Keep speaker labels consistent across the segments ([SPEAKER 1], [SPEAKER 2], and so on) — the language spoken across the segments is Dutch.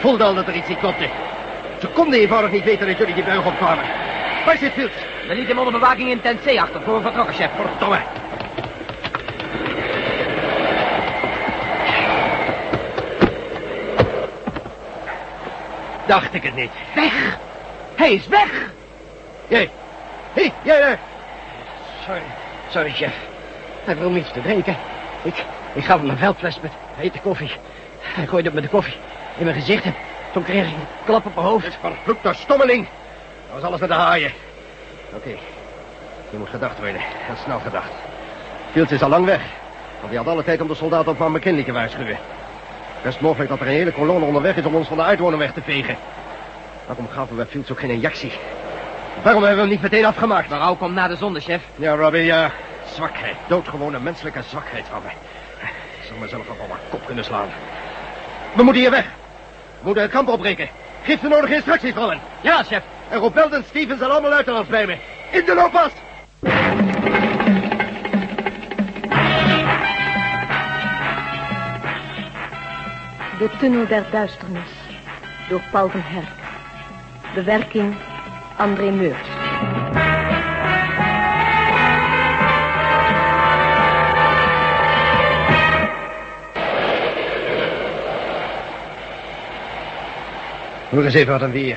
[SPEAKER 1] voelde al dat er iets niet klopte. Ze konden eenvoudig niet weten dat jullie die buig opkwamen. Waar zit Fields?
[SPEAKER 2] We lieten hem onder bewaking in tent C achter voor we vertrokken, chef.
[SPEAKER 1] Verdomme. Dacht ik het niet.
[SPEAKER 2] Weg! Hij is weg!
[SPEAKER 1] Jij. Hé, hey, jij daar. Sorry. Sorry, chef. Hij wil niets te drinken. Ik, ik gaf hem een veldfles met hete koffie. Hij gooide het met de koffie in mijn gezicht. En toen kreeg ik een klap op mijn hoofd. Het vervloekte stommeling. Dat was alles met de haaien. Oké. Je moet gedacht worden. En snel gedacht. Fields is al lang weg. Want hij had alle tijd om de soldaten op Van McKinley te waarschuwen. Best mogelijk dat er een hele kolonne onderweg is om ons van de uitwoner weg te vegen. Waarom gaven we Fields ook geen injectie? Waarom hebben we hem niet meteen afgemaakt?
[SPEAKER 2] Berouw komt na de zonde, chef.
[SPEAKER 1] Ja, Robbie, ja. Zwakheid. Doodgewone menselijke zwakheid van me. Ik zou mezelf nog wel mijn kop kunnen slaan. We moeten hier weg. We moeten het kamp opbreken. Geef de nodige instructies, Rowan.
[SPEAKER 2] Ja, chef.
[SPEAKER 1] En roep Belden, Stevens en allemaal luitenants bij me. In de loop vast!
[SPEAKER 3] De Tunnel der Duisternis door Paul van Herk. Bewerking André Meurs.
[SPEAKER 1] Hoor eens even wat een weer. Ik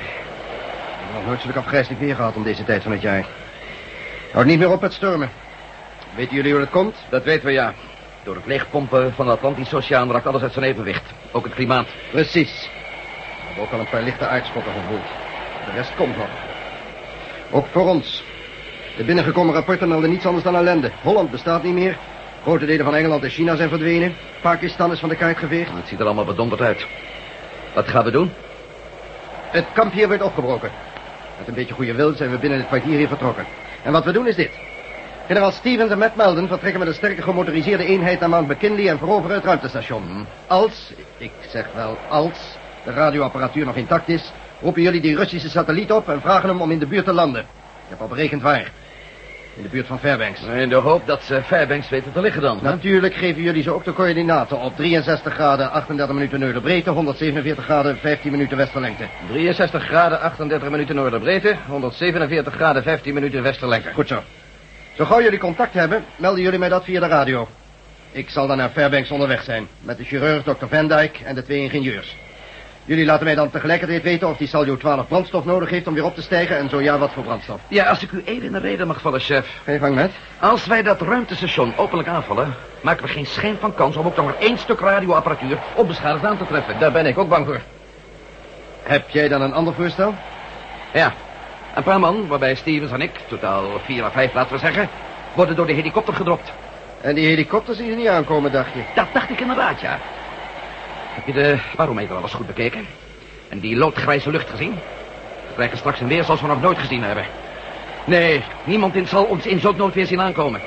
[SPEAKER 1] heb nog nooit zulk afgrijselijk weer gehad om deze tijd van het jaar. Houd niet meer op met stormen. Weten jullie hoe dat komt?
[SPEAKER 4] Dat weten we, ja. Door het leegpompen van de Atlantische Oceaan raakt alles uit zijn evenwicht. Ook het klimaat.
[SPEAKER 1] Precies. We hebben ook al een paar lichte aardschokken gevoeld. De rest komt nog. Ook voor ons. De binnengekomen rapporten melden niets anders dan ellende. Holland bestaat niet meer. Grote delen van Engeland en China zijn verdwenen. Pakistan is van de kaart geveegd.
[SPEAKER 4] Het ziet er allemaal bedonderd uit. Wat gaan we doen?
[SPEAKER 1] Het kamp hier werd opgebroken. Met een beetje goede wil zijn we binnen het kwartier hier vertrokken. En wat we doen is dit. Generaal Stevens en Matt Melden vertrekken met een sterke gemotoriseerde eenheid naar Mount McKinley en veroveren het ruimtestation. Als, ik zeg wel als, de radioapparatuur nog intact is, roepen jullie die Russische satelliet op en vragen hem om in de buurt te landen. Ik heb al berekend waar. In de buurt van Fairbanks.
[SPEAKER 4] In de hoop dat ze Fairbanks weten te liggen dan. hè?
[SPEAKER 1] Natuurlijk geven jullie ze ook de coördinaten op. 63 graden, 38 minuten noorderbreedte, 147 graden, 15 minuten westerlengte.
[SPEAKER 4] 63 graden, 38 minuten noorderbreedte. 147 graden, 15 minuten westerlengte.
[SPEAKER 1] Goed zo. Zo gauw jullie contact hebben, melden jullie mij dat via de radio. Ik zal dan naar Fairbanks onderweg zijn. Met de chirurg Dr. Van Dijk en de twee ingenieurs. Jullie laten mij dan tegelijkertijd weten of die Saljo 12 brandstof nodig heeft om weer op te stijgen. En zo ja, wat voor brandstof.
[SPEAKER 4] Ja, als ik u even in de reden mag vallen, chef.
[SPEAKER 1] Geen gang met.
[SPEAKER 4] Als wij dat ruimtestation openlijk aanvallen, maken we geen schijn van kans om ook nog maar één stuk radioapparatuur onbeschadigd aan te treffen. Daar ben ik ook bang voor.
[SPEAKER 1] Heb jij dan een ander voorstel?
[SPEAKER 4] Ja, een paar man, waarbij Stevens en ik, totaal vier à vijf laten we zeggen, worden door de helikopter gedropt.
[SPEAKER 1] En die helikopters die er niet aankomen, dacht je?
[SPEAKER 4] Dat dacht ik inderdaad, ja. Heb je de barometer al eens goed bekeken? En die loodgrijze lucht gezien? We krijgen straks een weer zoals we nog nooit gezien hebben. Nee, niemand in zal ons in zo'n noodweer zien aankomen.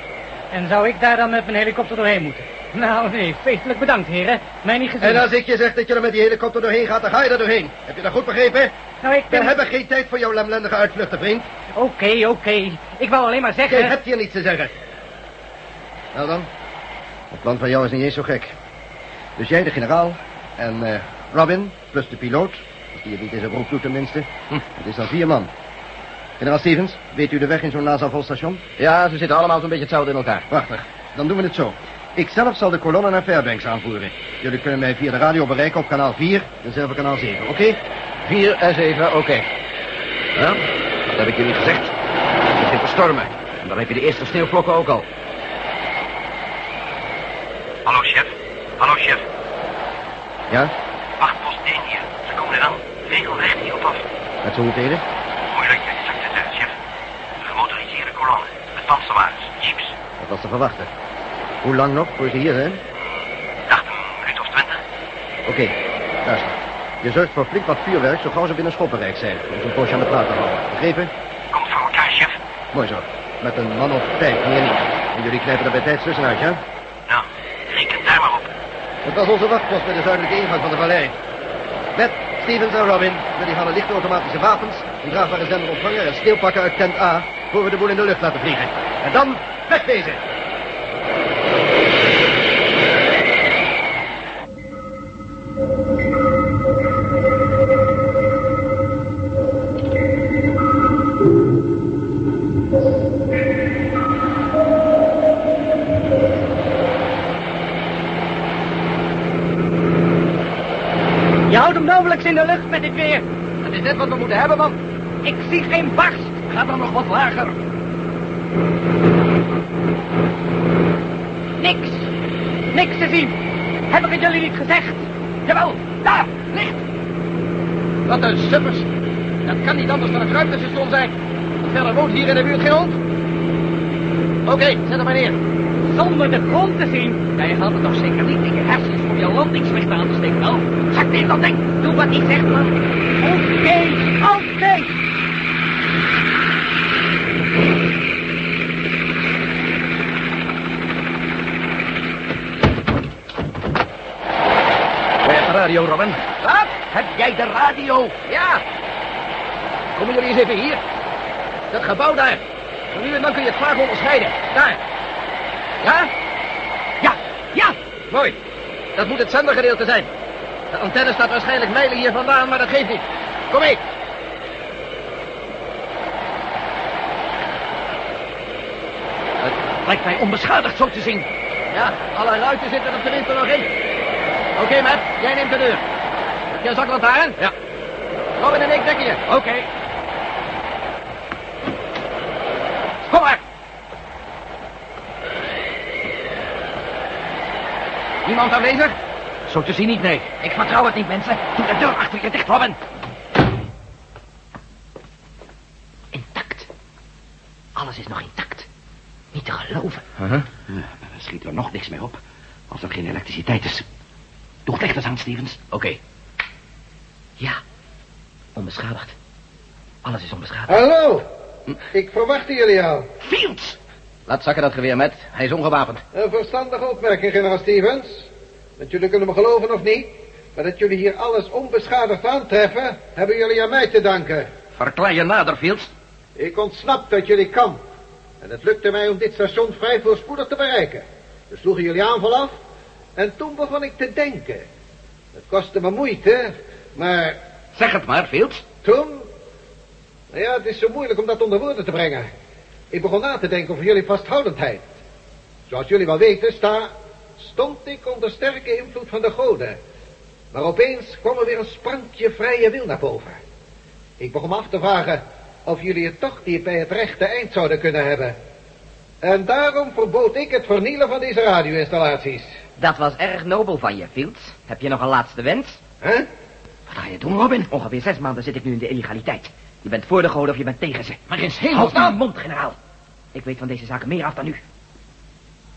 [SPEAKER 5] En zou ik daar dan met mijn helikopter doorheen moeten? Nou, nee, feestelijk bedankt, heren. Mij niet gezien.
[SPEAKER 1] En als ik je zeg dat je er met die helikopter doorheen gaat, dan ga je er doorheen. Heb je dat goed begrepen?
[SPEAKER 5] Nou, ik
[SPEAKER 1] We
[SPEAKER 5] ben...
[SPEAKER 1] hebben geen tijd voor jouw lemlendige uitvluchten, vriend.
[SPEAKER 5] Oké, oké. Ik wou alleen maar zeggen...
[SPEAKER 1] Jij hebt hier niets te zeggen. Nou dan, het plan van jou is niet eens zo gek. Dus jij, de generaal, en eh, Robin, plus de piloot... als die het niet in zijn broek doet tenminste.
[SPEAKER 4] Hm.
[SPEAKER 1] Het is dan vier man. Generaal Stevens, weet u de weg in zo'n NASA vol station?
[SPEAKER 4] Ja, ze zitten allemaal zo'n beetje hetzelfde in elkaar.
[SPEAKER 1] Prachtig, dan doen we het zo. Ik zelf zal de kolonne naar Fairbanks aanvoeren. Jullie kunnen mij via de radio bereiken op kanaal 4, dezelfde kanaal 7, oké?
[SPEAKER 4] Vier en zeven, oké. Ja, dat heb ik jullie gezegd. Het begint te stormen. En dan heb je de eerste sneeuwvlokken ook al.
[SPEAKER 6] Hallo, chef. Hallo, chef.
[SPEAKER 1] Ja,
[SPEAKER 6] Wachtpost 1 hier. Ze komen eraan. Regelrecht hierop af.
[SPEAKER 1] met z'n hoeveelheden?
[SPEAKER 6] Moeilijk exact te zeggen, chef. De gemotoriseerde kolonne. Met panzerwagens, jeeps.
[SPEAKER 1] Dat was te verwachten. Hoe lang nog voor ze hier zijn?
[SPEAKER 6] Dacht een minuut of twintig.
[SPEAKER 1] Oké, luister. Je zorgt voor flink wat vuurwerk zo gauw ze binnen schoppenrijk zijn. Om ze een poosje aan de praat te houden. Begrepen?
[SPEAKER 6] Komt voor elkaar, chef.
[SPEAKER 1] Mooi zo. Met een man of vijf, meer niet. En jullie knijpen er bij tijd tussenuit, ja?
[SPEAKER 6] Nou, reken daar maar op.
[SPEAKER 1] Dat was onze wachtpost bij de zuidelijke ingang van de vallei. Met Stevens en Robin. Jullie halen lichte automatische wapens, een draagbare zender ontvanger en sneeuwpakken uit tent A... voor we de boel in de lucht laten vliegen. En dan wegwezen!
[SPEAKER 7] niks in de lucht met dit weer.
[SPEAKER 1] Dat is net wat we moeten hebben, man.
[SPEAKER 7] Ik zie geen barst.
[SPEAKER 1] Ga dan nog wat lager.
[SPEAKER 7] Niks. Niks te zien. Heb ik het jullie niet gezegd?
[SPEAKER 1] Jawel, daar, licht. Wat een suppers. Dat kan niet anders dan een ruimtestation zijn. Want verder woont hier in de buurt geen hond. Oké, zet hem maar neer.
[SPEAKER 7] Zonder de grond te zien.
[SPEAKER 5] Jij had het toch zeker niet in je hersens om je landingswicht aan te steken, wel?
[SPEAKER 7] Zak in dat ding.
[SPEAKER 5] Doe wat ik zeg, man.
[SPEAKER 7] Oké, oké.
[SPEAKER 1] Waar is de radio, Robin? Wat? Heb jij de radio? Ja. Komen jullie eens even hier? Dat gebouw daar. Zo nu en dan kun je het vaag onderscheiden. Daar. Ja? Ja, ja. Mooi. Dat moet het zendergedeelte zijn. De antenne staat waarschijnlijk mijlen hier vandaan, maar dat geeft niet. Kom mee. Het lijkt mij onbeschadigd zo te zien. Ja, alle ruiten zitten er tenminste nog in. Oké, Matt, jij neemt de deur. Heb jij een zaklantaarn? Ja. Robin en ik dekken je. Oké. Kom maar. Niemand aanwezig? Zo te zien niet, nee.
[SPEAKER 5] Ik vertrouw het niet, mensen.
[SPEAKER 1] Doe de deur achter je dicht, Robin.
[SPEAKER 5] Intact. Alles is nog intact. Niet te geloven.
[SPEAKER 1] Ja, maar dan Eh, schiet er nog niks mee op. Als er geen elektriciteit is. Doe het licht eens aan, Stevens. Oké.
[SPEAKER 5] Ja. Onbeschadigd. Alles is onbeschadigd.
[SPEAKER 8] Hallo, ik verwachtte jullie al.
[SPEAKER 1] Fields! Laat zakken dat geweer, Matt. Hij is ongewapend.
[SPEAKER 8] Een verstandige opmerking, generaal Stevens. Dat jullie kunnen me geloven of niet, maar dat jullie hier alles onbeschadigd aantreffen, hebben jullie aan mij te danken.
[SPEAKER 1] Verklaar je nader, Fields.
[SPEAKER 8] Ik ontsnap dat jullie kan. En het lukte mij om dit station vrij voorspoedig te bereiken. We sloegen jullie aanval af en toen begon ik te denken. Het kostte me moeite, maar
[SPEAKER 1] Zeg het maar, Fields.
[SPEAKER 8] Toen? Nou ja, het is zo moeilijk om dat onder woorden te brengen. Ik begon na te denken over jullie vasthoudendheid. Zoals jullie wel weten, sta, stond ik onder sterke invloed van de goden. Maar opeens kwam er weer een sprankje vrije wil naar boven. Ik begon me af te vragen of jullie het toch niet bij het rechte eind zouden kunnen hebben. En daarom verbood ik het vernielen van deze radioinstallaties.
[SPEAKER 5] Dat was erg nobel van je, Fields. Heb je nog een laatste wens?
[SPEAKER 8] Hè?
[SPEAKER 5] Wat ga je doen, Robin? Ongeveer zes maanden zit ik nu in de illegaliteit. Je bent voor de goden of je bent tegen ze.
[SPEAKER 1] Maar eens
[SPEAKER 5] Houd nou je mond, generaal. Ik weet van deze zaken meer af dan u.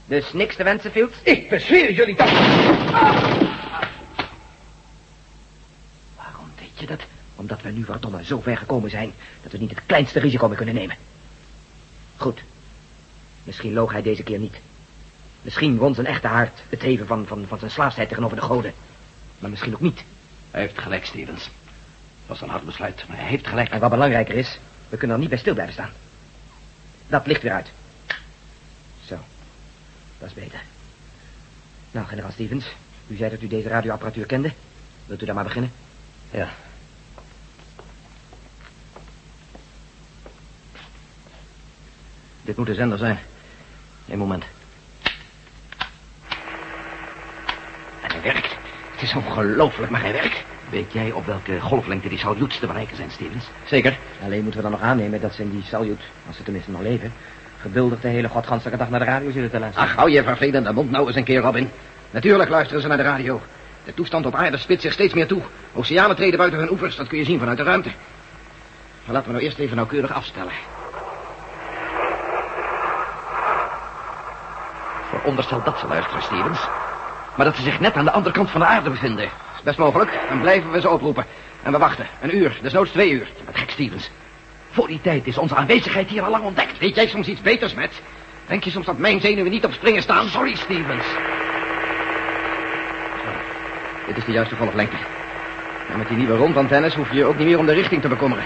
[SPEAKER 5] Dus niks te wensen, Fields?
[SPEAKER 8] Ik bezweer jullie dat...
[SPEAKER 5] Waarom weet je dat? Omdat we nu verdomme zo ver gekomen zijn... dat we niet het kleinste risico meer kunnen nemen. Goed. Misschien loog hij deze keer niet. Misschien won zijn echte hart het heven van, van, van zijn slaafsheid tegenover de goden. Maar misschien ook niet.
[SPEAKER 1] Hij heeft gelijk, Stevens. Het was een hard besluit, maar hij heeft gelijk.
[SPEAKER 5] En wat belangrijker is, we kunnen er niet bij stil blijven staan. Dat licht weer uit. Zo, dat is beter. Nou, generaal Stevens, u zei dat u deze radioapparatuur kende. Wilt u daar maar beginnen?
[SPEAKER 1] Ja. Dit moet de zender zijn. Een moment. En hij werkt. Het is ongelooflijk, maar hij werkt. Weet jij op welke golflengte die saluts te bereiken zijn, Stevens? Zeker.
[SPEAKER 5] Alleen moeten we dan nog aannemen dat ze in die salut, als ze tenminste nog leven, geduldig de hele godganselijke dag naar de radio zullen te luisteren.
[SPEAKER 1] Ach, hou je vervelende mond nou eens een keer, Robin. Natuurlijk luisteren ze naar de radio. De toestand op aarde spitst zich steeds meer toe. Oceanen treden buiten hun oevers, dat kun je zien vanuit de ruimte. Maar laten we nou eerst even nauwkeurig afstellen. Veronderstel dat ze luisteren, Stevens. Maar dat ze zich net aan de andere kant van de aarde bevinden. Is best mogelijk. Dan blijven we ze oproepen. En we wachten. Een uur, desnoods twee uur. Wat gek, Stevens. Voor die tijd is onze aanwezigheid hier al lang ontdekt. Weet jij soms iets beters, met? Denk je soms dat mijn zenuwen niet op springen staan? Sorry, Stevens. Zo, dit is de juiste golflengte. En met die nieuwe rondantennes hoef je je ook niet meer om de richting te bekommeren.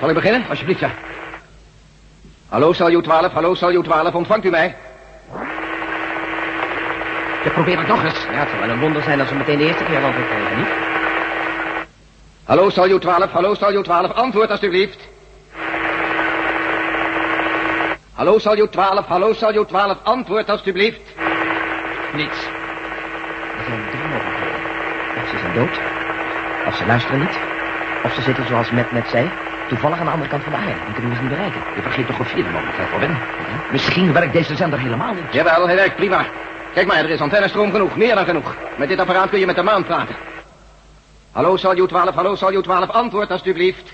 [SPEAKER 1] Zal ik beginnen? Alsjeblieft, ja. Hallo, Saljo 12. Hallo, Saljo 12. Ontvangt u mij? Je probeert het nog eens.
[SPEAKER 5] Ja, het zou wel een wonder zijn als we meteen de eerste keer antwoord krijgen, niet?
[SPEAKER 1] Hallo, Saljo 12. Hallo, Saljo 12. Antwoord alstublieft. Hallo, Saljo 12. Hallo, Saljo 12. Antwoord alstublieft. Niets.
[SPEAKER 5] Er zijn drie mogelijkheden. Of ze zijn dood,
[SPEAKER 1] Als
[SPEAKER 5] Ze luisteren niet. Of ze zitten, zoals Matt net zei, toevallig aan de andere kant van de aarde. Dan kunnen we ze niet bereiken.
[SPEAKER 1] Je vergeet toch een vierde mogelijkheid, Robin?
[SPEAKER 5] Misschien werkt deze zender helemaal niet.
[SPEAKER 1] Jawel, hij werkt prima. Kijk maar, er is antennestroom genoeg, meer dan genoeg. Met dit apparaat kun je met de maan praten. Hallo, Salju 12, hallo, Salju 12, antwoord alstublieft.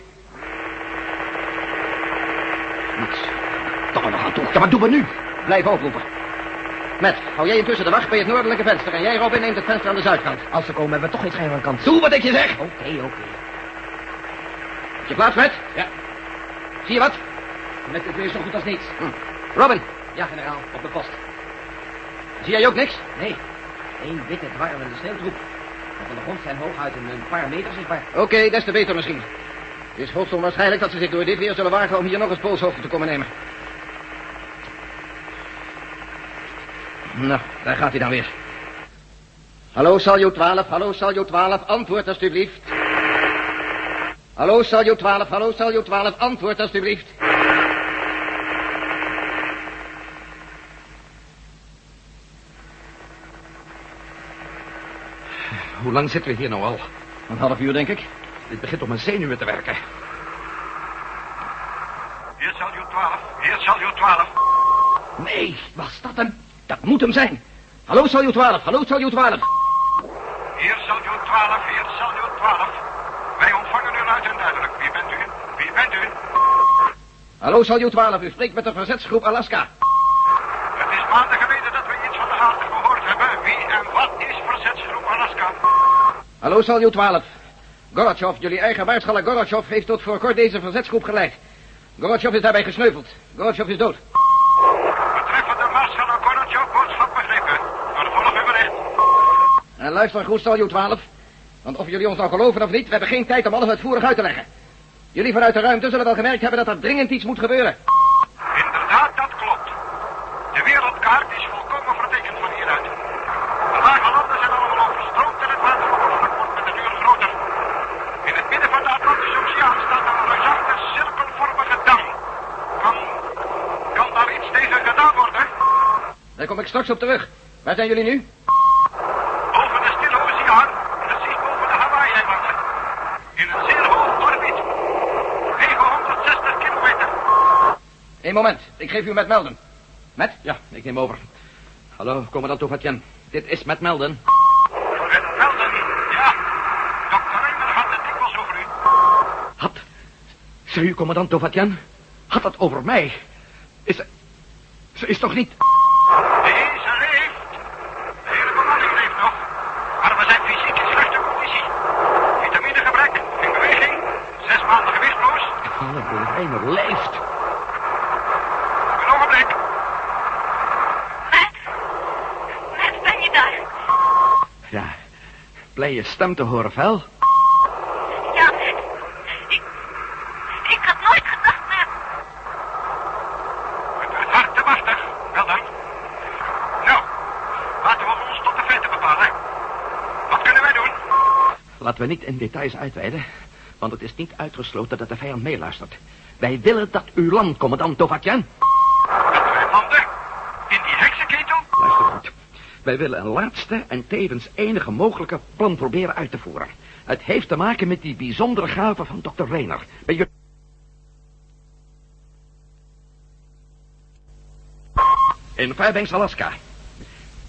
[SPEAKER 1] Niets. Toch nog aan toe. Ja, wat doen we nu? Blijf oproepen. Met, hou jij intussen de wacht bij het noordelijke venster en jij, Robin, neemt het venster aan de zuidkant.
[SPEAKER 5] Als ze komen, hebben we toch geen schijn van kans.
[SPEAKER 1] Doe wat ik je zeg!
[SPEAKER 5] Oké, oké.
[SPEAKER 1] Heb je plaats, Met? Ja. Zie je wat? Met het weer zo goed als niets. Robin. Ja, generaal. Op de post. Zie jij ook niks?
[SPEAKER 5] Nee, één witte dwarrelende sneeuwtroep. Maar van de grond zijn hooguit een, een paar meter zichtbaar.
[SPEAKER 1] Oké, des te beter misschien. Het is hoogst onwaarschijnlijk dat ze zich door dit weer zullen wagen om hier nog eens poolshoogte te komen nemen. Nou, daar gaat hij dan weer. Hallo, Saljo 12, hallo, Saljo 12, antwoord alstublieft. Hallo, Saljo 12, hallo, Saljo 12, antwoord alstublieft. Hoe lang zitten we hier nou al? Een half uur, denk ik. Dit begint op mijn zenuwen te werken.
[SPEAKER 9] Hier Saljo 12, hier Saljo 12.
[SPEAKER 1] Nee, was dat hem? Dat moet hem zijn. Hallo, Saljo 12, hallo, Saljo 12.
[SPEAKER 9] Hier Saljo 12, hier Saljo 12. Wij ontvangen u luid en duidelijk. Wie bent u? Wie bent u?
[SPEAKER 1] Hallo, Saljo 12, u spreekt met de verzetsgroep Alaska.
[SPEAKER 9] Het is maanden geleden dat we iets van de aarde gehoord hebben. Wie en wat is verzetsgroep Alaska?
[SPEAKER 1] Hallo, Saljo 12. Gorbachev, jullie eigen waarschuwer Gorbachev, heeft tot voor kort deze verzetsgroep geleid. Gorbachev is daarbij gesneuveld. Gorbachev is dood.
[SPEAKER 9] Betreffende Marcel Gorbachev boodschap begrepen. Vervolg uw bericht.
[SPEAKER 1] En luister goed, Saljo 12. Want of jullie ons nou geloven of niet, we hebben geen tijd om alles uitvoerig uit te leggen. Jullie vanuit de ruimte zullen wel gemerkt hebben dat er dringend iets moet gebeuren.
[SPEAKER 9] Inderdaad, dat klopt. De wereldkaart is volkomen vertekend van hieruit. De lage landen zijn allemaal overstroomd en het wateroppervlak wordt met de duur groter. In het midden van de Atlantische Oceaan staat een reusachtig cirkelvormige dam. Kan, kan daar iets tegen gedaan worden?
[SPEAKER 1] Daar kom ik straks op terug. Waar zijn jullie nu?
[SPEAKER 9] Boven de Stille Oceaan, precies boven de Hawaii-eilanden. In een zeer hoog orbiet. 960 kilometer.
[SPEAKER 1] Eén moment, ik geef u met Melden. Met? Ja, ik neem over. Hallo, commandant Tovatjan. Dit is met Melden.
[SPEAKER 9] En Melden, ja. Dr. Reimer had het dikwijls over u.
[SPEAKER 1] Had. Zei u, commandant Tovatjan? Had dat over mij? Is ze... Ze is toch niet...
[SPEAKER 9] Nee, ze leeft. De hele bemanning leeft nog. Maar we zijn fysiek in slechte conditie. Vitaminegebrek, geen beweging, zes maanden gewichtloos.
[SPEAKER 1] Hallo, Reimer leeft.
[SPEAKER 9] Een ogenblik.
[SPEAKER 10] Matt? Matt, ben je daar?
[SPEAKER 1] Ja, blij je stem te horen, Vel.
[SPEAKER 10] Ja, Matt. Ik, ik had nooit gedacht, Matt.
[SPEAKER 9] Het werd hard te machtig, wel dan. Nou, laten we ons tot de feiten bepalen. Wat kunnen wij doen?
[SPEAKER 1] Laten we niet in details uitweiden, want het is niet uitgesloten dat de vijand meeluistert. Wij willen dat u land, commandant Tovatjan.
[SPEAKER 9] Dat wij landen? In die heksenketel?
[SPEAKER 1] Luister goed. Wij willen een laatste en tevens enige mogelijke plan proberen uit te voeren. Het heeft te maken met die bijzondere gave van dokter Reiner. Bij je... In Fairbanks, Alaska.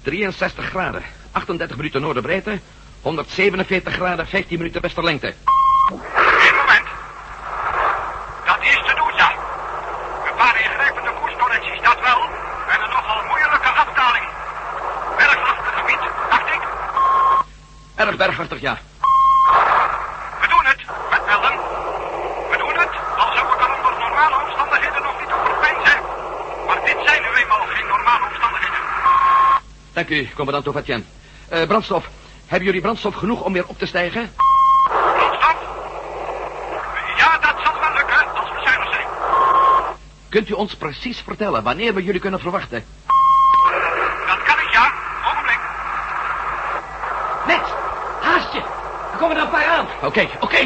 [SPEAKER 1] 63 graden, 38 minuten noordenbreedte, 147 graden, 15 minuten westerlengte.
[SPEAKER 9] Eén moment. Dat is te doen, ja. Een paar ingrijpende koerscorrecties, dat wel. En een nogal moeilijke afdaling. Bergachtig gebied, dacht ik.
[SPEAKER 1] Erg bergachtig, ja.
[SPEAKER 9] We doen het, met Melden. We doen het, al zou ik er onder normale omstandigheden nog niet over peinzen. Maar dit zijn nu eenmaal geen normale omstandigheden.
[SPEAKER 1] Dank u, commandant Tovatjan. Eh, brandstof. Hebben jullie brandstof genoeg om weer op te stijgen?
[SPEAKER 9] Brandstof? Ja, dat zal wel lukken, als we zuinig zijn.
[SPEAKER 1] Kunt u ons precies vertellen wanneer we jullie kunnen verwachten?
[SPEAKER 9] Dat kan ik, ja. Ogenblik.
[SPEAKER 11] Net, haast je. Er komen er een paar aan.
[SPEAKER 1] Oké, oké.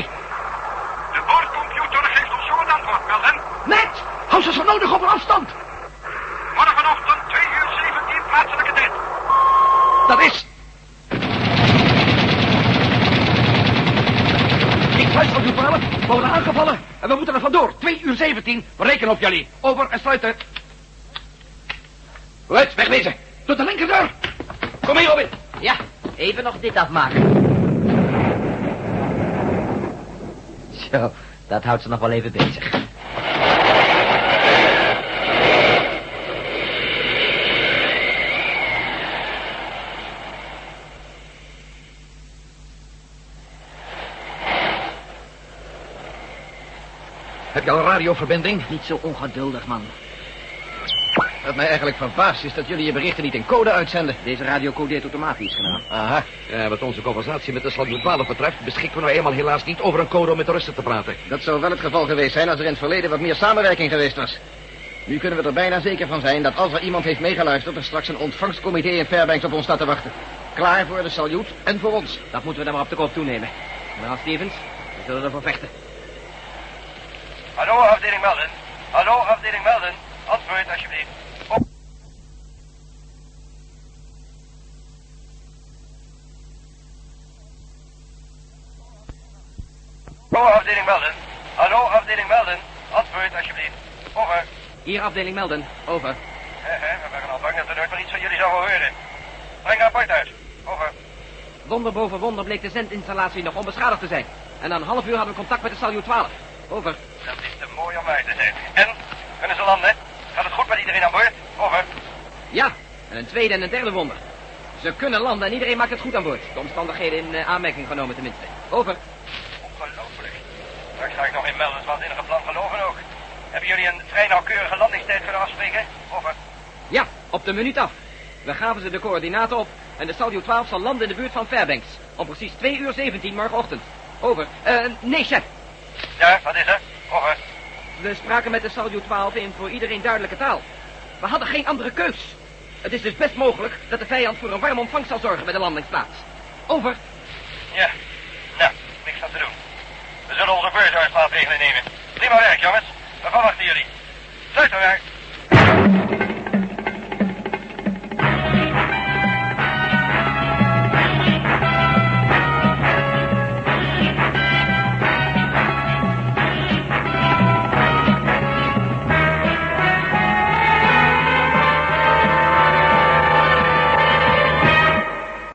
[SPEAKER 9] De boordcomputer geeft ons zo een antwoord, Melden.
[SPEAKER 1] Net! Hou ze zo nodig op een afstand!
[SPEAKER 9] Morgenochtend 2 uur 17 plaatselijke tijd.
[SPEAKER 1] Dat is... het sluit van uw palen. We worden aangevallen en we moeten er vandoor. 2 uur 17. We rekenen op jullie. Over en sluiten. Goed, wegwezen. Tot de linkerdeur. Kom mee, Robin.
[SPEAKER 5] Ja, even nog dit afmaken. Zo, dat houdt ze nog wel even bezig.
[SPEAKER 1] Heb je al radioverbinding?
[SPEAKER 5] Niet zo ongeduldig, man.
[SPEAKER 1] Wat mij eigenlijk verbaast is dat jullie je berichten niet in code uitzenden.
[SPEAKER 5] Deze radio codeert automatisch, kanaal.
[SPEAKER 1] Aha. Ja, wat onze conversatie met de Sladjupalen betreft... beschikken we nou eenmaal helaas niet over een code om met de Russen te praten.
[SPEAKER 12] Dat zou wel het geval geweest zijn als er in het verleden wat meer samenwerking geweest was. Nu kunnen we er bijna zeker van zijn dat als er iemand heeft meegeluisterd... er straks een ontvangstcomité in Fairbanks op ons staat te wachten. Klaar voor de saluut en voor ons.
[SPEAKER 5] Dat moeten we dan maar op de kop toenemen. Nou, Stevens, we zullen ervoor vechten.
[SPEAKER 9] Hallo, afdeling Melden. Hallo, afdeling Melden. Antwoord alsjeblieft. Hallo, afdeling Melden. Hallo, afdeling Melden. Antwoord alsjeblieft. Over.
[SPEAKER 5] Hier, afdeling Melden. Over.
[SPEAKER 9] Hè, hè, we waren al bang dat we nooit meer iets van jullie zouden horen. Breng rapport uit. Over.
[SPEAKER 5] Wonder boven wonder bleek de zendinstallatie nog onbeschadigd te zijn. En na een half uur hadden we contact met de Salyut 12. Over.
[SPEAKER 9] Dat is te mooi om waar te zijn. En? Kunnen ze landen? Gaat het goed met iedereen aan boord? Over.
[SPEAKER 5] Ja, en een tweede en een derde wonder. Ze kunnen landen en iedereen maakt het goed aan boord. De omstandigheden in eh, aanmerking genomen tenminste. Over.
[SPEAKER 9] Ongelooflijk. Daar ga ik nog in Meldens waanzinnige plan geloven ook. Hebben jullie een vrij nauwkeurige landingstijd kunnen afspreken? Over.
[SPEAKER 5] Ja, op de minuut af. We gaven ze de coördinaten op en de Salyut 12 zal landen in de buurt van Fairbanks. Om precies 2 uur 17 morgenochtend. Over. Eh, nee, chef.
[SPEAKER 9] Ja, wat is er? Over.
[SPEAKER 5] We spraken met de Salyut 12 in voor iedereen duidelijke taal. We hadden geen andere keus. Het is dus best mogelijk dat de vijand voor een warme ontvangst zal zorgen bij de landingsplaats. Over.
[SPEAKER 9] Ja. Nou, niks aan te doen. We zullen onze beurthuismaatregelen nemen. Prima werk, jongens. Waarvan wachten jullie? Sluit maar.